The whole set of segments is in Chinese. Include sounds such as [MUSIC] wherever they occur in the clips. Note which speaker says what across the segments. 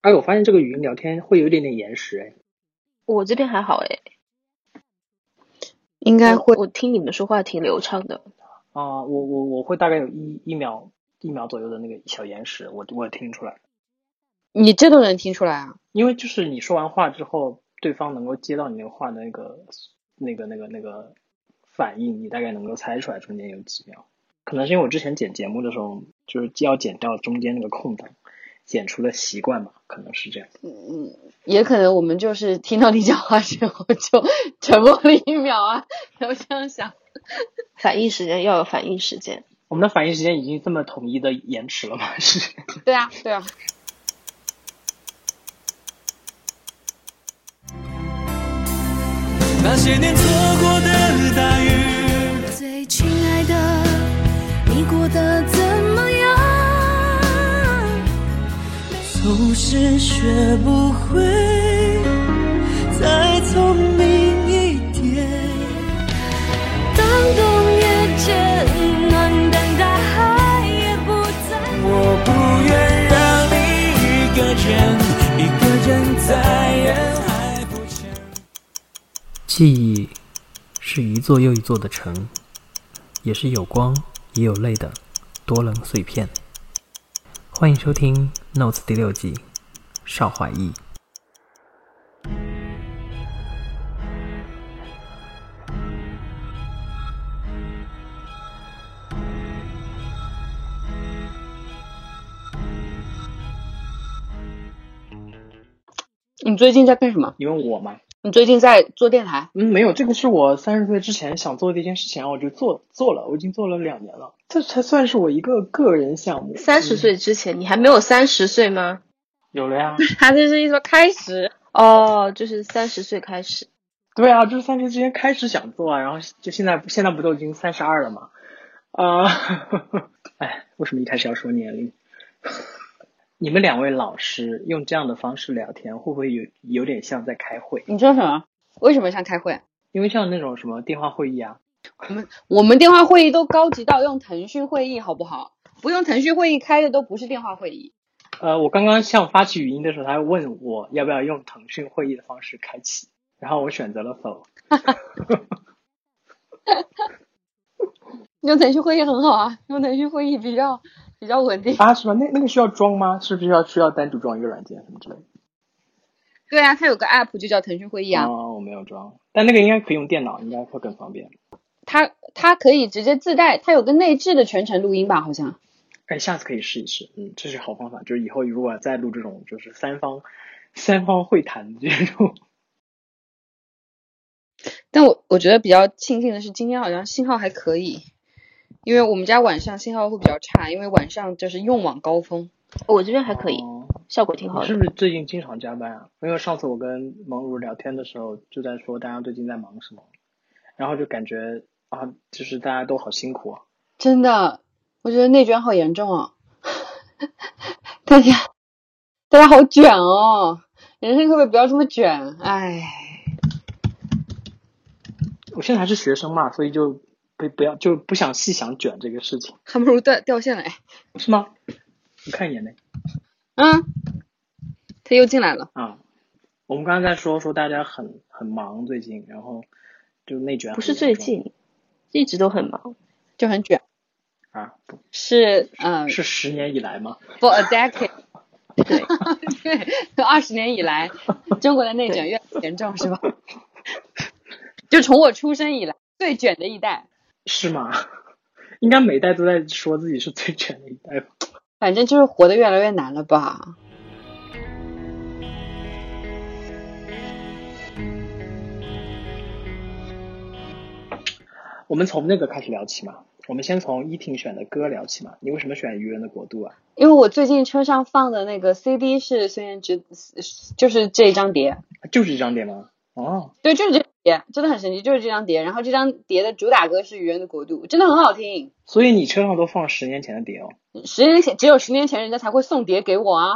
Speaker 1: 哎，我发现这个语音聊天会有一点点延时，哎，
Speaker 2: 我这边还好诶，
Speaker 3: 应该会
Speaker 2: 我我听你们说话挺流畅的。
Speaker 1: 啊，我我我会大概有一一秒一秒左右的那个小延时，我我听出来，
Speaker 3: 你这都能听出来啊？
Speaker 1: 因为就是你说完话之后，对方能够接到你那个话的那个那个那个那个反应，你大概能够猜出来中间有几秒。可能是因为我之前剪节目的时候，就是要剪掉中间那个空档，剪出的习惯吧，可能是这样。
Speaker 3: 嗯，也可能我们就是听到你讲话之后就沉默了一秒啊，然后这样想。
Speaker 2: 反应时间要有反应时间，
Speaker 1: 我们的反应时间已经这么统一的延迟了吗？ [LAUGHS] 是
Speaker 3: 对啊，对啊。
Speaker 4: 那些年错过的大雨，
Speaker 5: 最亲爱的，你过得怎么样？
Speaker 4: 总是学不会再聪明一点。
Speaker 5: 当冬夜渐暖，但大海也不在。
Speaker 4: 我不愿让你一个人，一个人在人海不见。
Speaker 6: 记忆是一座又一座的城，也是有光也有泪的多棱碎片。欢迎收听《Notes》第六季，邵怀义。
Speaker 3: 你最近在干什么？
Speaker 1: 因为我嘛，
Speaker 3: 你最近在做电台？
Speaker 1: 嗯，没有，这个是我三十岁之前想做的一件事情，我就做做了，我已经做了两年了，这才算是我一个个人项目。嗯
Speaker 2: 三十岁之前你还没有三十岁吗？
Speaker 1: 有了呀，
Speaker 3: 他这是一说开始，
Speaker 2: 哦，就是三十岁开始。
Speaker 1: [LAUGHS] 对啊，就是三十之前开始想做啊，然后就现在现在不都已经三十二了吗？啊、 [LAUGHS] 哎，为什么一开始要说年龄？ [LAUGHS] 你们两位老师用这样的方式聊天，会不会有有点像在开会？
Speaker 3: 你说什么？为什么像开会？啊
Speaker 1: 因为像那种什么电话会议啊，
Speaker 3: 我们电话会议都高级到用腾讯会议，好不好？不用腾讯会议开的都不是电话会议。
Speaker 1: 呃，我刚刚像发起语音的时候，他问我要不要用腾讯会议的方式开启，然后我选择了否。
Speaker 3: 用腾讯会议很好啊，用腾讯会议比较比较稳定。
Speaker 1: 啊，是吧？那那个需要装吗？是不是要需要单独装一个软件什么之类的？
Speaker 3: 对啊，它有个 app 就叫腾讯会议啊，
Speaker 1: 哦，我没有装，但那个应该可以用电脑，应该会更方便。
Speaker 3: 它它可以直接自带，它有个内置的全程录音吧，好像。
Speaker 1: 哎，下次可以试一试，嗯，这是好方法。就是以后如果再录这种就是三方三方会谈的这种，
Speaker 3: 但我我觉得比较庆幸的是，今天好像信号还可以，因为我们家晚上信号会比较差，因为晚上就是用网高峰。
Speaker 2: 我这边还可以，
Speaker 1: 哦
Speaker 2: 效果挺好
Speaker 1: 你
Speaker 2: 的。
Speaker 1: 是不是最近经常加班啊？因为上次我跟蒙如聊天的时候，就在说大家最近在忙什么，然后就感觉啊，就是大家都好辛苦啊。
Speaker 3: 真的，我觉得内卷好严重哦， [LAUGHS] 大家大家好卷哦，人生可不可以不要这么卷？哎，
Speaker 1: 我现在还是学生嘛，所以就不不要就不想细想卷这个事情，
Speaker 3: 还不如掉掉线来。
Speaker 1: 是吗？你看一眼呗。
Speaker 3: 嗯，他又进来了，
Speaker 1: 啊，我们刚才在说说大家很很忙最近，然后就内卷
Speaker 2: 不
Speaker 1: 很
Speaker 2: 是
Speaker 1: 严重
Speaker 2: 最近，一直都很忙。
Speaker 3: 就很卷。
Speaker 1: 啊，不
Speaker 3: 是嗯，
Speaker 1: 是十年以来吗？
Speaker 3: for a decade，
Speaker 2: 对，
Speaker 3: 对，二十年以来，中国的内卷越来越严重，是吧？就从我出生以来最卷的一代，
Speaker 1: 是吗？ [LAUGHS] 应该每代都在说自己是最卷的一代吧？
Speaker 3: 反正就是活得越来越难了吧？
Speaker 1: 我们从那个开始聊起嘛，我们先从依婷选的歌聊起嘛。你为什么选《愚人的国度》啊？
Speaker 3: 因为我最近车上放的那个 CD 是孙燕姿，就是这一张碟，
Speaker 1: 就是这张碟吗？哦，
Speaker 3: 对，就是这张碟，真的很神奇，就是这张碟。然后这张碟的主打歌是《愚人的国度》，真的很好听。
Speaker 1: 所以你车上都放十年前的碟哦。
Speaker 3: 十年前，只有十年前人家才会送碟给我啊，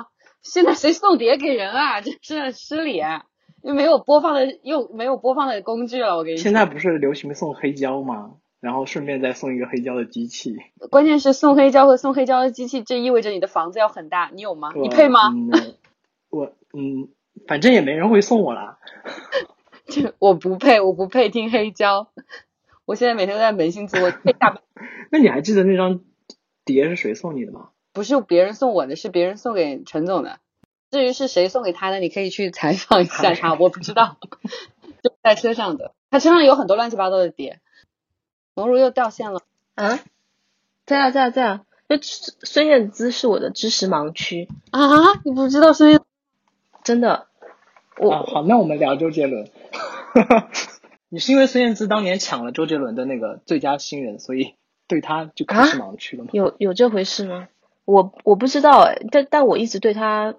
Speaker 3: 现在谁送碟给人啊？真是失礼、啊又没有播放的，又没有播放的工具了。我跟你说，
Speaker 1: 现在不是流行送黑胶吗？然后顺便再送一个黑胶的机器。
Speaker 3: 关
Speaker 1: 啊
Speaker 3: 键是送黑胶和送黑胶的机器，这意味着你的房子要很大，你有吗？你配吗？ [LAUGHS]
Speaker 1: 嗯我嗯，反正也没人会送我啦。
Speaker 3: 就我不配，我不配听黑胶。 [LAUGHS] 我现在每天都在扪心自问，配下
Speaker 1: 那你还记得那张碟是谁送你的吗？
Speaker 3: 不是别人送我的，是别人送给陈总的。至于是谁送给他的，你可以去采访一下他，我不知道。 [LAUGHS] 就在车上的，他车上有很多乱七八糟的碟。萌如又掉线了，
Speaker 2: 啊，在啊在啊在啊，就孙孙燕姿是我的知识盲区，
Speaker 3: 啊！你不知道孙燕
Speaker 2: 真的，我、
Speaker 1: 啊，好，那我们聊周杰伦。 [LAUGHS] 你是因为孙燕姿当年抢了周杰伦的那个最佳新人，所以对他就开
Speaker 3: 啊
Speaker 1: 始盲区了吗？
Speaker 2: 有有这回事吗？我我不知道哎，但但我一直对他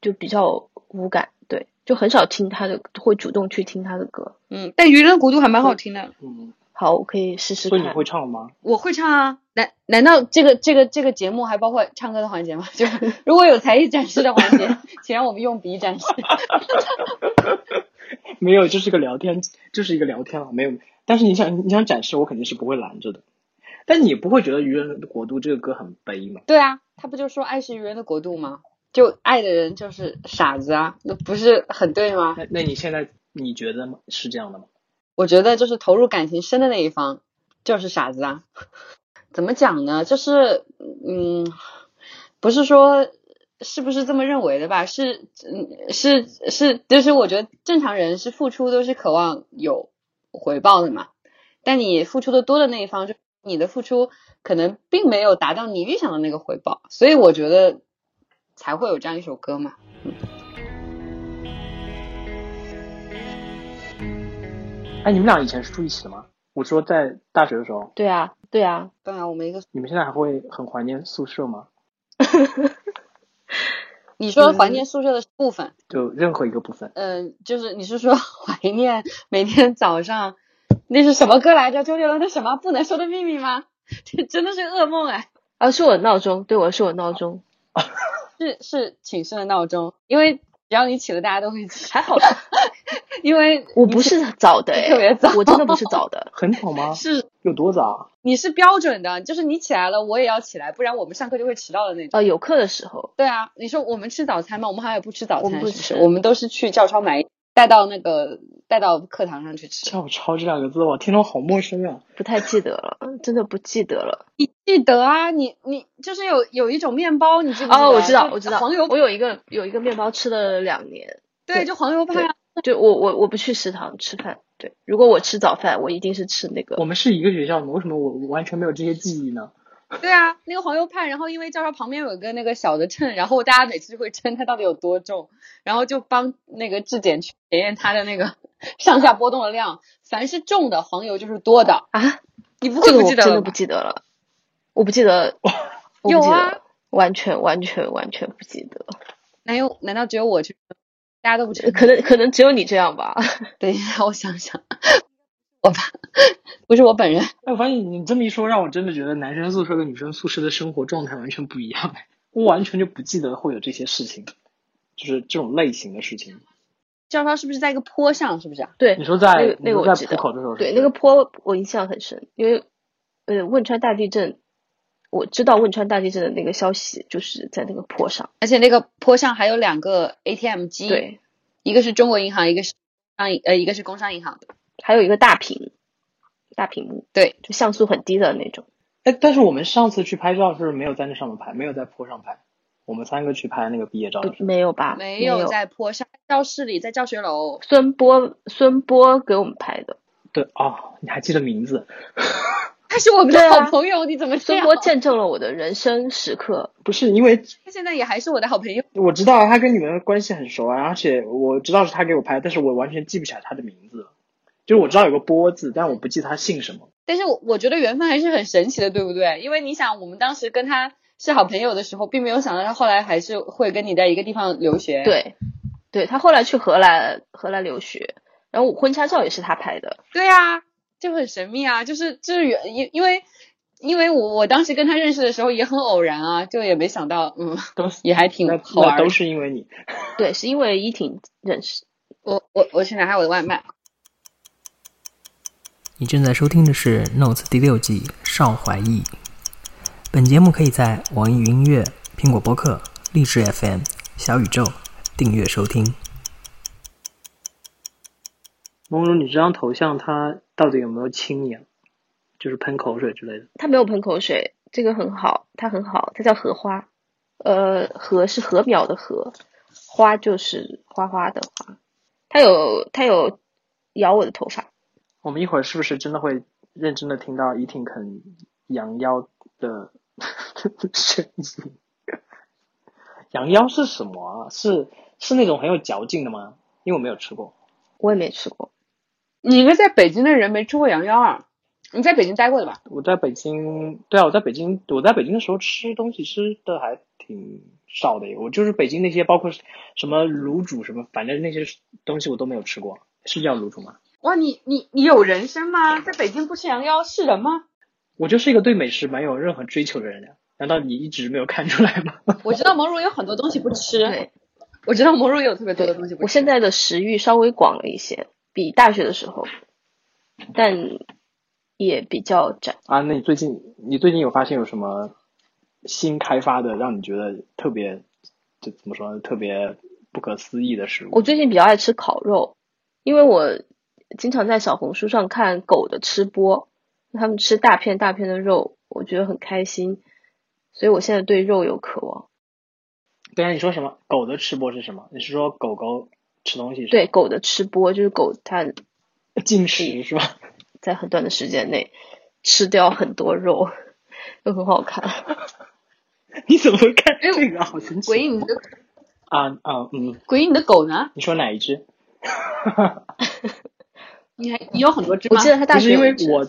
Speaker 2: 就比较无感，对，就很少听他的，会主动去听他的歌。
Speaker 3: 嗯，但《娱乐国度》还蛮好听的，
Speaker 1: 嗯，
Speaker 2: 好，我可以试试
Speaker 1: 所以你
Speaker 2: 看。
Speaker 1: 会唱吗？
Speaker 3: 我会唱啊。难难道这个这个这个节目还包括唱歌的环节吗？ [LAUGHS] 就是如果有才艺展示的环节， [LAUGHS] 请让我们用笔展示。 [LAUGHS]
Speaker 1: 没有，就是个聊天，就是一个聊天啊，没有。但是你想你想展示，我肯定是不会拦着的。但你不会觉得《愚人的国度》这个歌很悲吗？
Speaker 3: 对啊，他不就说爱是愚人的国度吗？就爱的人就是傻子啊，那不是很对吗？
Speaker 1: 那那你现在你觉得吗？是这样的吗？
Speaker 3: 我觉得就是投入感情深的那一方就是傻子啊。 [LAUGHS] 怎么讲呢？就是嗯，不是说是不是这么认为的吧？是嗯是是，就是我觉得正常人是付出都是渴望有回报的嘛。但你付出的多的那一方，就你的付出可能并没有达到你预想的那个回报，所以我觉得才会有这样一首歌嘛。
Speaker 1: 哎，你们俩以前是住一起的吗？我说在大学的时候，
Speaker 2: 对啊，对啊，
Speaker 3: 对啊，我们一个
Speaker 1: 你们现在还会很怀念宿舍吗？
Speaker 3: 你说怀念宿舍的部分，
Speaker 1: 就任何一个部分，
Speaker 3: 嗯、就是你是说怀念每天早上那是什么歌来着？周杰伦的什么不能说的秘密吗？ [LAUGHS] 这真的是噩梦哎！
Speaker 2: 啊，是我的闹钟，对我是我的闹钟，
Speaker 3: 是是寝室的闹钟，因为只要你起了，大家都会起。 [LAUGHS]
Speaker 2: 还好，
Speaker 3: 因为
Speaker 2: 我
Speaker 3: 你
Speaker 2: 不是早的、哎，
Speaker 3: 特别早
Speaker 2: 我真的不是早的，
Speaker 1: 很早吗？
Speaker 3: 是
Speaker 1: 有多早？ [LAUGHS]
Speaker 3: 你是标准的，就是你起来了，我也要起来，不然我们上课就会迟到的那种。
Speaker 2: 呃，有课的时候，
Speaker 3: 对啊，你说我们吃早餐吗？我们好像也不吃早
Speaker 2: 我
Speaker 3: 餐，
Speaker 2: 们不
Speaker 3: 是是
Speaker 2: 吃
Speaker 3: 我们都是去教超买，带到那个带到课堂上去吃。
Speaker 1: 叫我抄这两个字，我听着好陌生啊！
Speaker 2: 不太记得了，真的不记得
Speaker 3: [LAUGHS]
Speaker 2: 了。
Speaker 3: 你记得啊？你你就是有有一种面包，你记不记得？啊
Speaker 2: 哦，我知道，
Speaker 3: 就
Speaker 2: 我知道，
Speaker 3: 黄油
Speaker 2: 我有一个有一个面包吃了两年，
Speaker 3: 对，就黄油派啊。
Speaker 2: 就我我我不去食堂吃饭，对，如果我吃早饭，我一定是吃那个
Speaker 1: 我们是一个学校的吗？为什么我我完全没有这些记忆呢？
Speaker 3: 对啊，那个黄油派，然后因为教授旁边有个那个小的秤，然后大家每次就会称它到底有多重，然后就帮那个质检去检验它的那个 [LAUGHS] 上下波动的量，凡是重的黄油就是多的。
Speaker 2: 啊，
Speaker 3: 你不
Speaker 2: 这个
Speaker 3: 会不
Speaker 2: 我
Speaker 3: 记得
Speaker 2: 真
Speaker 3: 了
Speaker 2: 的
Speaker 3: 吧
Speaker 2: 不？记得了，我不记 [LAUGHS] 得，我不记
Speaker 3: 有
Speaker 2: 得
Speaker 3: 啊
Speaker 2: 了，完全完全完全不记得，
Speaker 3: 难有难道只有我去？大家都不知道。
Speaker 2: 可能可能只有你这样 [LAUGHS] 吧，
Speaker 3: 等一下，我想想， [LAUGHS] 我吧， [LAUGHS] 不是我本人。
Speaker 1: 哎，我发现你这么一说，让我真的觉得男生宿舍跟女生宿舍的生活状态完全不一样。哎我完全就不记得会有这些事情，就是这种类型的事情。
Speaker 3: 教授是不是在一个坡上？是不是啊？
Speaker 2: 对
Speaker 1: 你，说在、
Speaker 2: 那个那个
Speaker 1: 你说
Speaker 2: 我
Speaker 1: 在
Speaker 2: 记
Speaker 1: 浦
Speaker 2: 得
Speaker 1: 口的时候是不是，
Speaker 2: 对，那个坡我印象很深，因为呃汶川大地震，我知道汶川大地震的那个消息就是在那个坡上，
Speaker 3: 而且那个坡上还有两个 ATM 机，，
Speaker 2: 对，
Speaker 3: 一个是中国银行，一个是商呃一个是工商银行的。
Speaker 2: 还有一个大屏，大屏幕，
Speaker 3: 对，
Speaker 2: 就像素很低的那种。
Speaker 1: 哎，但是我们上次去拍照是没有在那上面拍，没有在坡上拍，我们三个去拍那个毕业照的时
Speaker 2: 不，没有吧？
Speaker 3: 没
Speaker 2: 有
Speaker 3: 有在坡上，教室里，在教学楼。
Speaker 2: 孙波，孙波给我们拍的。
Speaker 1: 候。对哦，你还记得名字？
Speaker 3: 他是我们
Speaker 2: 对
Speaker 3: 的
Speaker 2: 啊
Speaker 3: 好朋友，你怎么这
Speaker 2: 孙
Speaker 3: 样
Speaker 2: 波？见证了我的人生时刻。
Speaker 1: 不是，因为
Speaker 3: 他现在也还是我的好朋友。
Speaker 1: 我知道他跟你们关系很熟啊，而且我知道是他给我拍，但是我完全记不起来他的名字了。就是我知道有个波字，但我不记得他姓什么。
Speaker 3: 但是我我觉得缘分还是很神奇的，对不对？因为你想，我们当时跟他是好朋友的时候，并没有想到他后来还是会跟你在一个地方留学。，
Speaker 2: 对，对他后来去荷兰，荷兰留学，然后我婚纱照也是他拍的。
Speaker 3: 对啊，就很神秘啊，就是就是缘，因因为因为我我当时跟他认识的时候也很偶然啊，就也没想到，嗯，
Speaker 1: 都是
Speaker 3: 也还挺
Speaker 1: 那
Speaker 3: 好玩
Speaker 1: 那
Speaker 3: 的。
Speaker 1: 都是因为你。
Speaker 2: 对，是因为依婷认识。
Speaker 3: 我我我去拿下我的外卖。
Speaker 6: 你正在收听的是《Notes》第六季《邵怀义》。本节目可以在网易云音乐、苹果播客、荔枝 FM、小宇宙、订阅收听。
Speaker 1: 梦如，你这张头像它到底有没有亲你啊？就是喷口水之类的。
Speaker 2: 它没有喷口水，这个很好，它很好，它叫荷花，呃，禾是禾苗的禾，花就是花花的花，它有它有咬我的头发，
Speaker 1: 我们一会儿是不是真的会认真的听到怡婷肯羊腰的 [LAUGHS] 声音？羊腰是什么啊？是是那种很有嚼劲的吗？因为我没有吃过。
Speaker 2: 我也没吃过，
Speaker 3: 你一个在北京的人没吃过羊腰啊？你在北京待过的吧？
Speaker 1: 我在北京，对啊，我在北京，我在北京的时候吃东西吃的还挺少的。我就是北京那些，包括什么卤煮什么，反正那些东西我都没有吃过。是叫卤煮吗？
Speaker 3: 哇，你你你有人生吗？在北京不吃羊腰是人吗？
Speaker 1: 我就是一个对美食没有任何追求的人呀。难道你一直没有看出来吗？
Speaker 3: 我知道蒙如有很多东西不吃，
Speaker 2: 对
Speaker 3: 我知道蒙如有特别多的东西不
Speaker 2: 我
Speaker 3: 吃。
Speaker 2: 现在的食欲稍微广了一些，比大学的时候，但也比较窄。
Speaker 1: 啊，那你最近你最近有发现有什么新开发的，让你觉得特别，就怎么说呢，特别不可思议的食物？
Speaker 2: 我最近比较爱吃烤肉，因为我经常在小红书上看狗的吃播，他们吃大片大片的肉，我觉得很开心，所以我现在对肉有渴望。
Speaker 1: 刚才你说什么？狗的吃播是什么？你是说狗狗吃东西是
Speaker 2: 对狗的吃播，就是狗它
Speaker 1: 吧进食是吧？ [LAUGHS]
Speaker 2: 在很短的时间内吃掉很多肉， [LAUGHS] 都很好看。
Speaker 1: 你怎么看这个？好神
Speaker 3: 鬼
Speaker 1: 奇
Speaker 3: 影，你的
Speaker 1: 啊啊嗯！
Speaker 3: 鬼影，你的狗呢？
Speaker 1: 你说哪一只？
Speaker 3: 你还你有很多只
Speaker 2: 我
Speaker 3: 吗？
Speaker 2: 记得他大
Speaker 1: 不是
Speaker 2: 学
Speaker 1: 因
Speaker 2: 有
Speaker 1: 为
Speaker 2: 一只
Speaker 1: 我，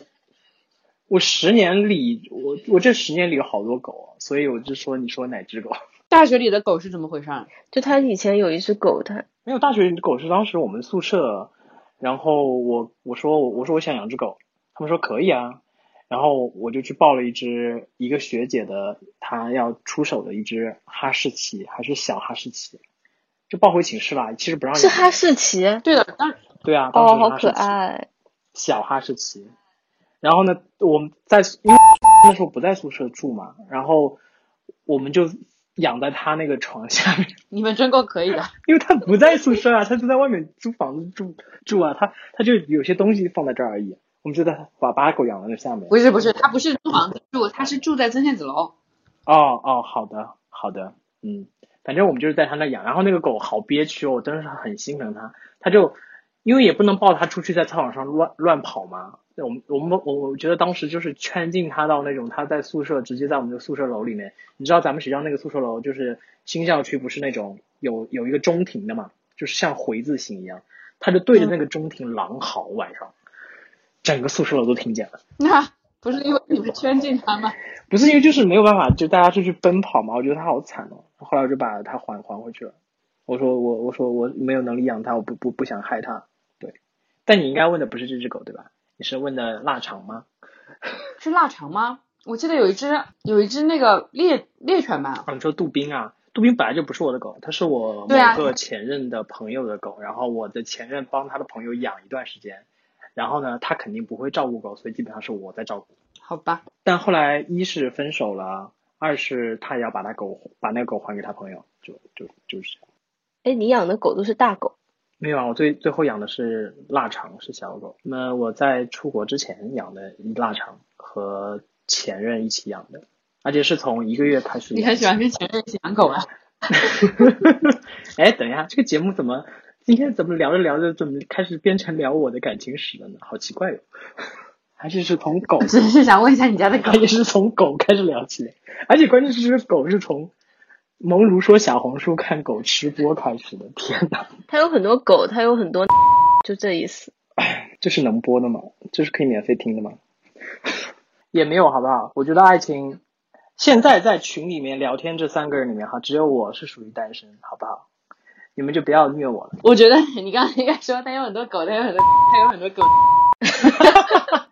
Speaker 1: 我十年里，我我这十年里有好多狗，啊所以我就说你说哪只狗？
Speaker 3: 大学里的狗是怎么回事啊儿？
Speaker 2: 就他以前有一只狗，它
Speaker 1: 没有，大学里的狗是当时我们宿舍，然后我我说我我说我想养只狗，他们说可以啊，然后我就去抱了一只一个学姐的她要出手的一只哈士奇，还是小哈士奇，就抱回寝室啦，其实不让养。
Speaker 2: 是哈士奇，
Speaker 3: 对的，当
Speaker 1: 对啊，当时
Speaker 2: 哦，
Speaker 1: 是
Speaker 2: 好
Speaker 1: 哈士
Speaker 2: 可
Speaker 1: 奇
Speaker 2: 爱。
Speaker 1: 小哈士奇。然后呢，我们在因为那时候不在宿舍住嘛，然后我们就养在他那个床下面，
Speaker 3: 你们真够可以的。
Speaker 1: 因为他不在宿舍啊，他 [LAUGHS] 就在外面租房子住住啊，他他就有些东西放在这儿而已。我们就在把把狗养在那下面。
Speaker 3: 不是不是，他不是租房子住，他是住在曾宪子楼。
Speaker 1: 哦哦，好的好的，嗯，反正我们就是在他那养，然后那个狗好憋屈哦，我真的是很心疼它，它就因为也不能抱它出去在操场上乱乱跑嘛，我们我们我我觉得当时就是圈进它到那种它在宿舍直接在我们的宿舍楼里面，你知道咱们学校那个宿舍楼就是新校区不是那种有有一个中庭的嘛，就是像回字形一样，它就对着那个中庭狼嚎晚上，整个宿舍楼都听见了。
Speaker 3: 那不是因为你们圈进他吗？
Speaker 1: 不是因为就是没有办法，就大家出去奔跑嘛，我觉得他好惨哦。后来我就把他还还回去了。我说我我说我没有能力养他，我不不不想害他。对，但你应该问的不是这只狗对吧？你是问的腊肠吗？
Speaker 3: 是腊肠吗？我记得有一只有一只那个猎猎犬吧，
Speaker 1: 啊，你说杜宾啊？杜宾本来就不是我的狗，它是我
Speaker 3: 对啊
Speaker 1: 某个前任的朋友的狗，然后我的前任帮他的朋友养一段时间，然后呢，他肯定不会照顾狗，所以基本上是我在照顾。
Speaker 3: 好吧，
Speaker 1: 但后来一是分手了，二是他也要把他狗把那个狗还给他朋友，就就就是这样。
Speaker 2: 哎，你养的狗都是大狗，
Speaker 1: 没有啊，我最最后养的是腊肠，是小狗。那我在出国之前养的一腊肠和前任一起养的，而且是从一个月开始养。
Speaker 3: 你很喜欢跟前任一起养狗啊？
Speaker 1: [LAUGHS] 哎，等一下，这个节目怎么今天怎么聊着聊着怎么开始变成聊我的感情史了呢？好奇怪哟、 [LAUGHS] 还是是从
Speaker 3: [LAUGHS]
Speaker 1: 狗，
Speaker 3: 只是想问一下你家的狗
Speaker 1: 还。是从狗开始聊起的，而且关键是这个狗是从蒙如说小红书看狗吃播开始的。天哪，
Speaker 2: 它有很多狗，它有很多， [LAUGHS] 就这意思。
Speaker 1: 这是能播的吗？这是可以免费听的吗？ [LAUGHS] 也没有，好不好？我觉得爱情现在在群里面聊天这三个人里面哈，只有我是属于单身，好不好？你们就不要虐我了。
Speaker 3: 我觉得你刚刚应该说他有很多狗，他有很多，他有很多狗。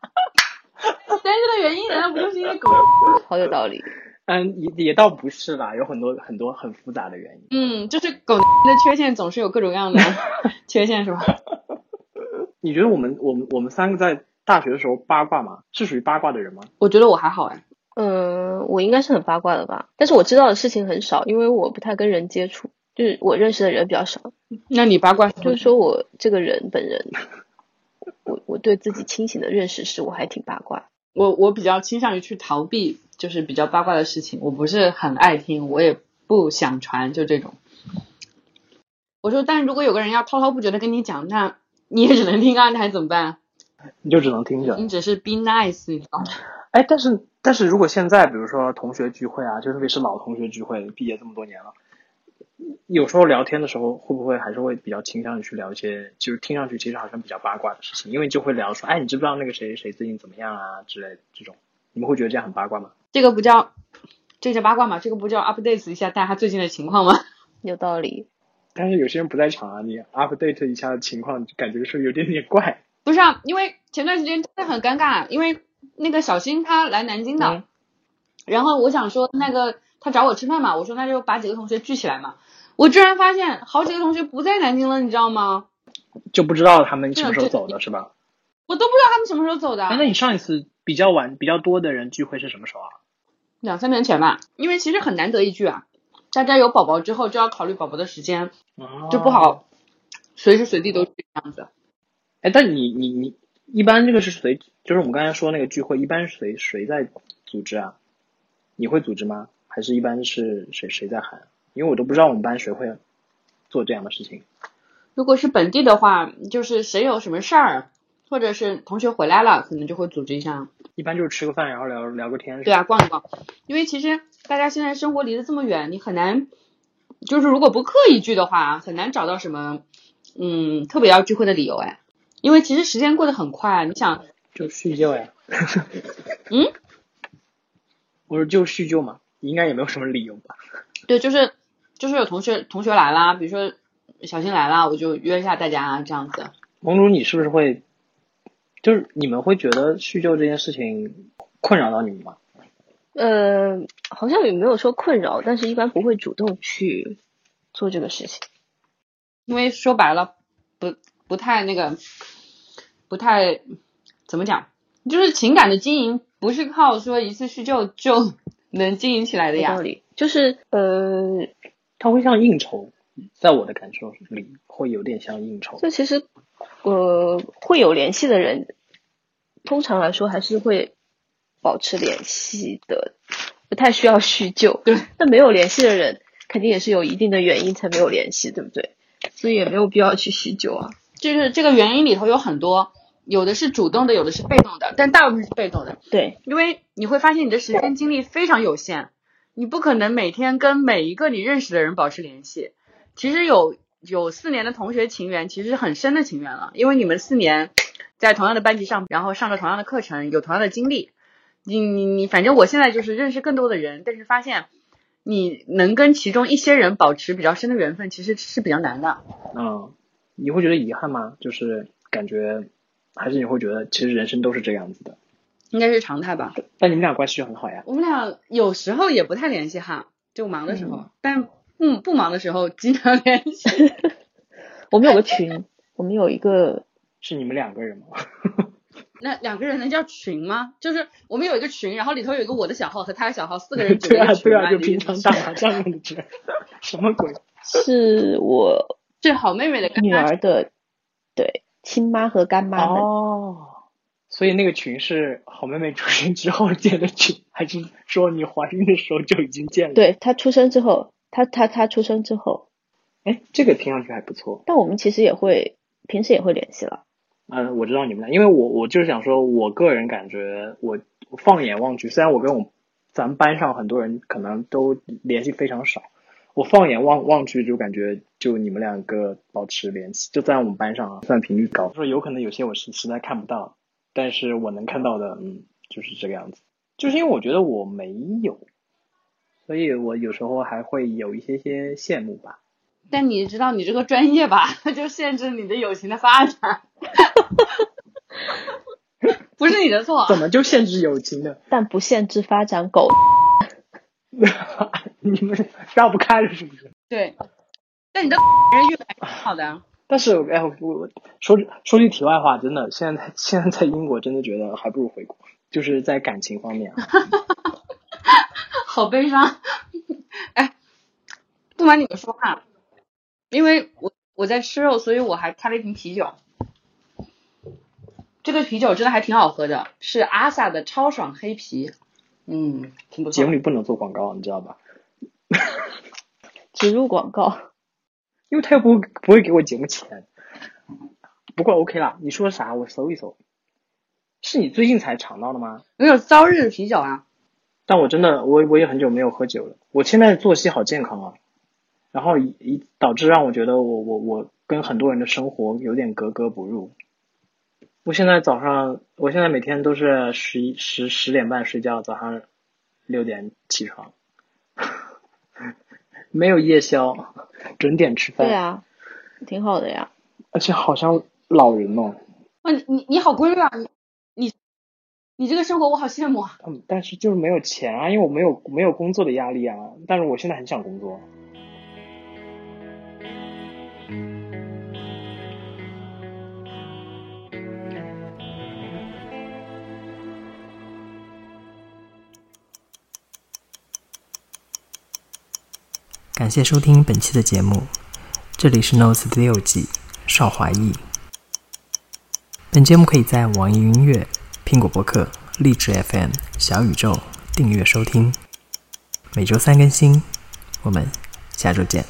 Speaker 3: 单身的原因难道不就是因为狗？
Speaker 2: 好有道理。
Speaker 1: 嗯，也也倒不是啦，有很多很多很复杂的原因。
Speaker 3: [LAUGHS] 嗯，就是狗的缺陷总是有各种各样的 [LAUGHS] 缺陷，是吧？
Speaker 1: 你觉得我们我们我们三个在大学的时候八卦吗？是属于八卦的人吗？
Speaker 3: 我觉得我还好哎，
Speaker 2: 呃嗯，我应该是很八卦的吧，但是我知道的事情很少，因为我不太跟人接触。就是我认识的人比较少，
Speaker 3: 那你八卦什
Speaker 2: 就
Speaker 3: 么
Speaker 2: 是说我这个人本人，我我对自己清醒的认识是我还挺八卦的。
Speaker 3: 我我比较倾向于去逃避，就是比较八卦的事情，我不是很爱听，我也不想传，就这种。我说，但如果有个人要滔滔不绝的跟你讲，那你也只能听啊，那还怎么办？
Speaker 1: 你就只能听着。
Speaker 3: 你只是 be nice，你知道吗？
Speaker 1: 哎，但是但是如果现在比如说同学聚会啊，就特别是老同学聚会，毕业这么多年了，有时候聊天的时候，会不会还是会比较倾向于去聊一些，就是听上去其实好像比较八卦的事情，因为就会聊说，哎，你知不知道那个谁谁最近怎么样啊之类的这种，你们会觉得这样很八卦吗？
Speaker 3: 这个不叫，这叫八卦嘛？这个不叫 updates 一下大家最近的情况吗？ [LAUGHS]
Speaker 2: 有道理，
Speaker 1: 但是有些人不在场啊，你 update 一下情况，感觉是有点点怪。
Speaker 3: 不是啊，因为前段时间真的很尴尬，因为那个小新他来南京的，
Speaker 1: 嗯
Speaker 3: 然后我想说那个他找我吃饭嘛，我说那就把几个同学聚起来嘛，我居然发现好几个同学不在南京了，你知道吗？
Speaker 1: 就不知道他们什么时候走的是吧？
Speaker 3: 我都不知道他们什么时候走的。
Speaker 1: 哎，那你上一次比较晚、比较多的人聚会是什么时候啊？
Speaker 3: 两三年前吧，因为其实很难得一聚啊。大家有宝宝之后就要考虑宝宝的时间，就不
Speaker 1: 哦。
Speaker 3: 好随时随地都聚这样子。
Speaker 1: 哎，但你你你一般这个是谁？就是我们刚才说那个聚会，一般是谁谁在组织啊？你会组织吗？还是一般是谁谁在喊？因为我都不知道我们班谁会做这样的事情。
Speaker 3: 如果是本地的话，就是谁有什么事儿，或者是同学回来了，可能就会组织一下。
Speaker 1: 一般就是吃个饭，然后聊聊个天。
Speaker 3: 对啊，逛一逛。因为其实大家现在生活离得这么远，你很难，就是如果不刻意聚的话，很难找到什么嗯特别要聚会的理由哎。因为其实时间过得很快，啊你想
Speaker 1: 就叙旧哎呀。 [LAUGHS]
Speaker 3: 嗯？
Speaker 1: 我说就叙旧嘛，应该也没有什么理由吧？
Speaker 3: 对，就是就是有同学同学来啦，比如说小新来啦，我就约一下大家啊这样子。
Speaker 1: 盟主，你是不是会？就是你们会觉得叙旧这件事情困扰到你们吗？
Speaker 2: 呃，好像也没有说困扰，但是一般不会主动去做这个事情。
Speaker 3: 因为说白了，不不太那个，不太怎么讲，就是情感的经营不是靠说一次叙旧就 [LAUGHS] 能经营起来的
Speaker 2: 有
Speaker 3: 呀
Speaker 2: 道。理，就是呃，
Speaker 1: 它会像应酬，在我的感受里会有点像应酬。
Speaker 2: 就其实呃会有联系的人，通常来说还是会保持联系的，不太需要叙旧。
Speaker 3: 对，
Speaker 2: 那没有联系的人，肯定也是有一定的原因才没有联系，对不对？所以也没有必要去叙旧啊。
Speaker 3: 就是这个原因里头有很多，有的是主动的，有的是被动的，但大部分是被动的，
Speaker 2: 对，
Speaker 3: 因为你会发现你的时间精力非常有限，你不可能每天跟每一个你认识的人保持联系。其实有有四年的同学情缘，其实是很深的情缘了，因为你们四年在同样的班级上，然后上着同样的课程，有同样的经历。你你你，反正我现在就是认识更多的人，但是发现你能跟其中一些人保持比较深的缘分，其实是比较难的。
Speaker 1: 嗯，你会觉得遗憾吗？就是感觉，还是你会觉得其实人生都是这样子的？
Speaker 3: 应该是常态吧。
Speaker 1: 但你们俩关系就很好呀。
Speaker 3: 我们俩有时候也不太联系哈，就忙的时候，
Speaker 1: 嗯
Speaker 3: 但不不忙的时候经常联系。
Speaker 1: [LAUGHS]
Speaker 2: 我们有个群，我们有一个
Speaker 1: 是你们两个人吗？
Speaker 3: 那两个人能叫群吗？就是我们有一个群，然后里头有一个我的小号和他的小号，四个人组
Speaker 1: 对
Speaker 3: 成一哦
Speaker 1: 啊
Speaker 3: 个，
Speaker 1: 对啊，就
Speaker 3: 群嘛。你的意
Speaker 1: 平
Speaker 3: 思
Speaker 1: 常
Speaker 3: 是
Speaker 1: 打麻将用的这，什么鬼？
Speaker 2: 是我
Speaker 3: 是好妹妹的干
Speaker 2: 女
Speaker 3: 妈，
Speaker 2: 儿的，对亲妈和干妈们。
Speaker 1: 哦，所以那个群是好妹妹出生之后建的群，还是说你怀孕的时候就已经建了？，
Speaker 2: 对她出生之后，她她她出生之后，
Speaker 1: 哎，这个听上去还不错。
Speaker 2: 但我们其实也会平时也会联系了。
Speaker 1: 嗯，我知道你们俩，因为我我就是想说，我个人感觉我，我放眼望去，虽然我跟我咱们班上很多人可能都联系非常少，我放眼望望去就感觉就你们两个保持联系，就在我们班上啊，算频率高。说有可能有些我是实在看不到，但是我能看到的，嗯，就是这个样子。就是因为我觉得我没有，所以我有时候还会有一些些羡慕吧。
Speaker 3: 但你知道你这个专业吧， [LAUGHS] 就限制你的友情的发
Speaker 1: [LAUGHS]
Speaker 3: 展。不是你的错，啊
Speaker 1: 怎么就限制友情呢？ [LAUGHS]
Speaker 2: 但不限制发展狗。
Speaker 1: 你们绕不开了是不是？
Speaker 3: 对，但你的 [LAUGHS] 人越来越好的，啊
Speaker 1: 但是，哎，我我说说句题外话，真的，现在现在在英国，真的觉得还不如回国，就是在感情方面啊，
Speaker 3: 好悲伤。哎，不瞒你们说啊，因为我我在吃肉，所以我还开了一瓶啤酒。这个啤酒真的还挺好喝的，是阿萨的超爽黑啤，嗯，挺不错。
Speaker 1: 节目里不能做广告，你知道吧？
Speaker 2: 植入广告。
Speaker 1: 因为他又不会不会给我节目钱。不过 OK 啦，你说啥我搜一搜。是你最近才尝到的吗？
Speaker 3: 没有朝日啤酒啊，
Speaker 1: 但我真的我我也很久没有喝酒了。我现在的作息好健康啊，然后以以导致让我觉得我我我跟很多人的生活有点格格不入。我现在早上，我现在每天都是十一十十点半睡觉，早上六点起床， [LAUGHS] 没有夜宵，准点吃饭。
Speaker 2: 对啊，挺好的呀。
Speaker 1: 而且好像老人哦，
Speaker 3: 哇，你你你好规律啊，你你你这个生活我好羡慕啊。
Speaker 1: 嗯，但是就是没有钱啊，因为我没有没有工作的压力啊。但是我现在很想工作，
Speaker 6: 感谢收听本期的节目，这里是 Notes 第六季，邵华义。本节目可以在网易云音乐、苹果播客、荔枝 FM、小宇宙订阅收听，每周三更新。我们下周见。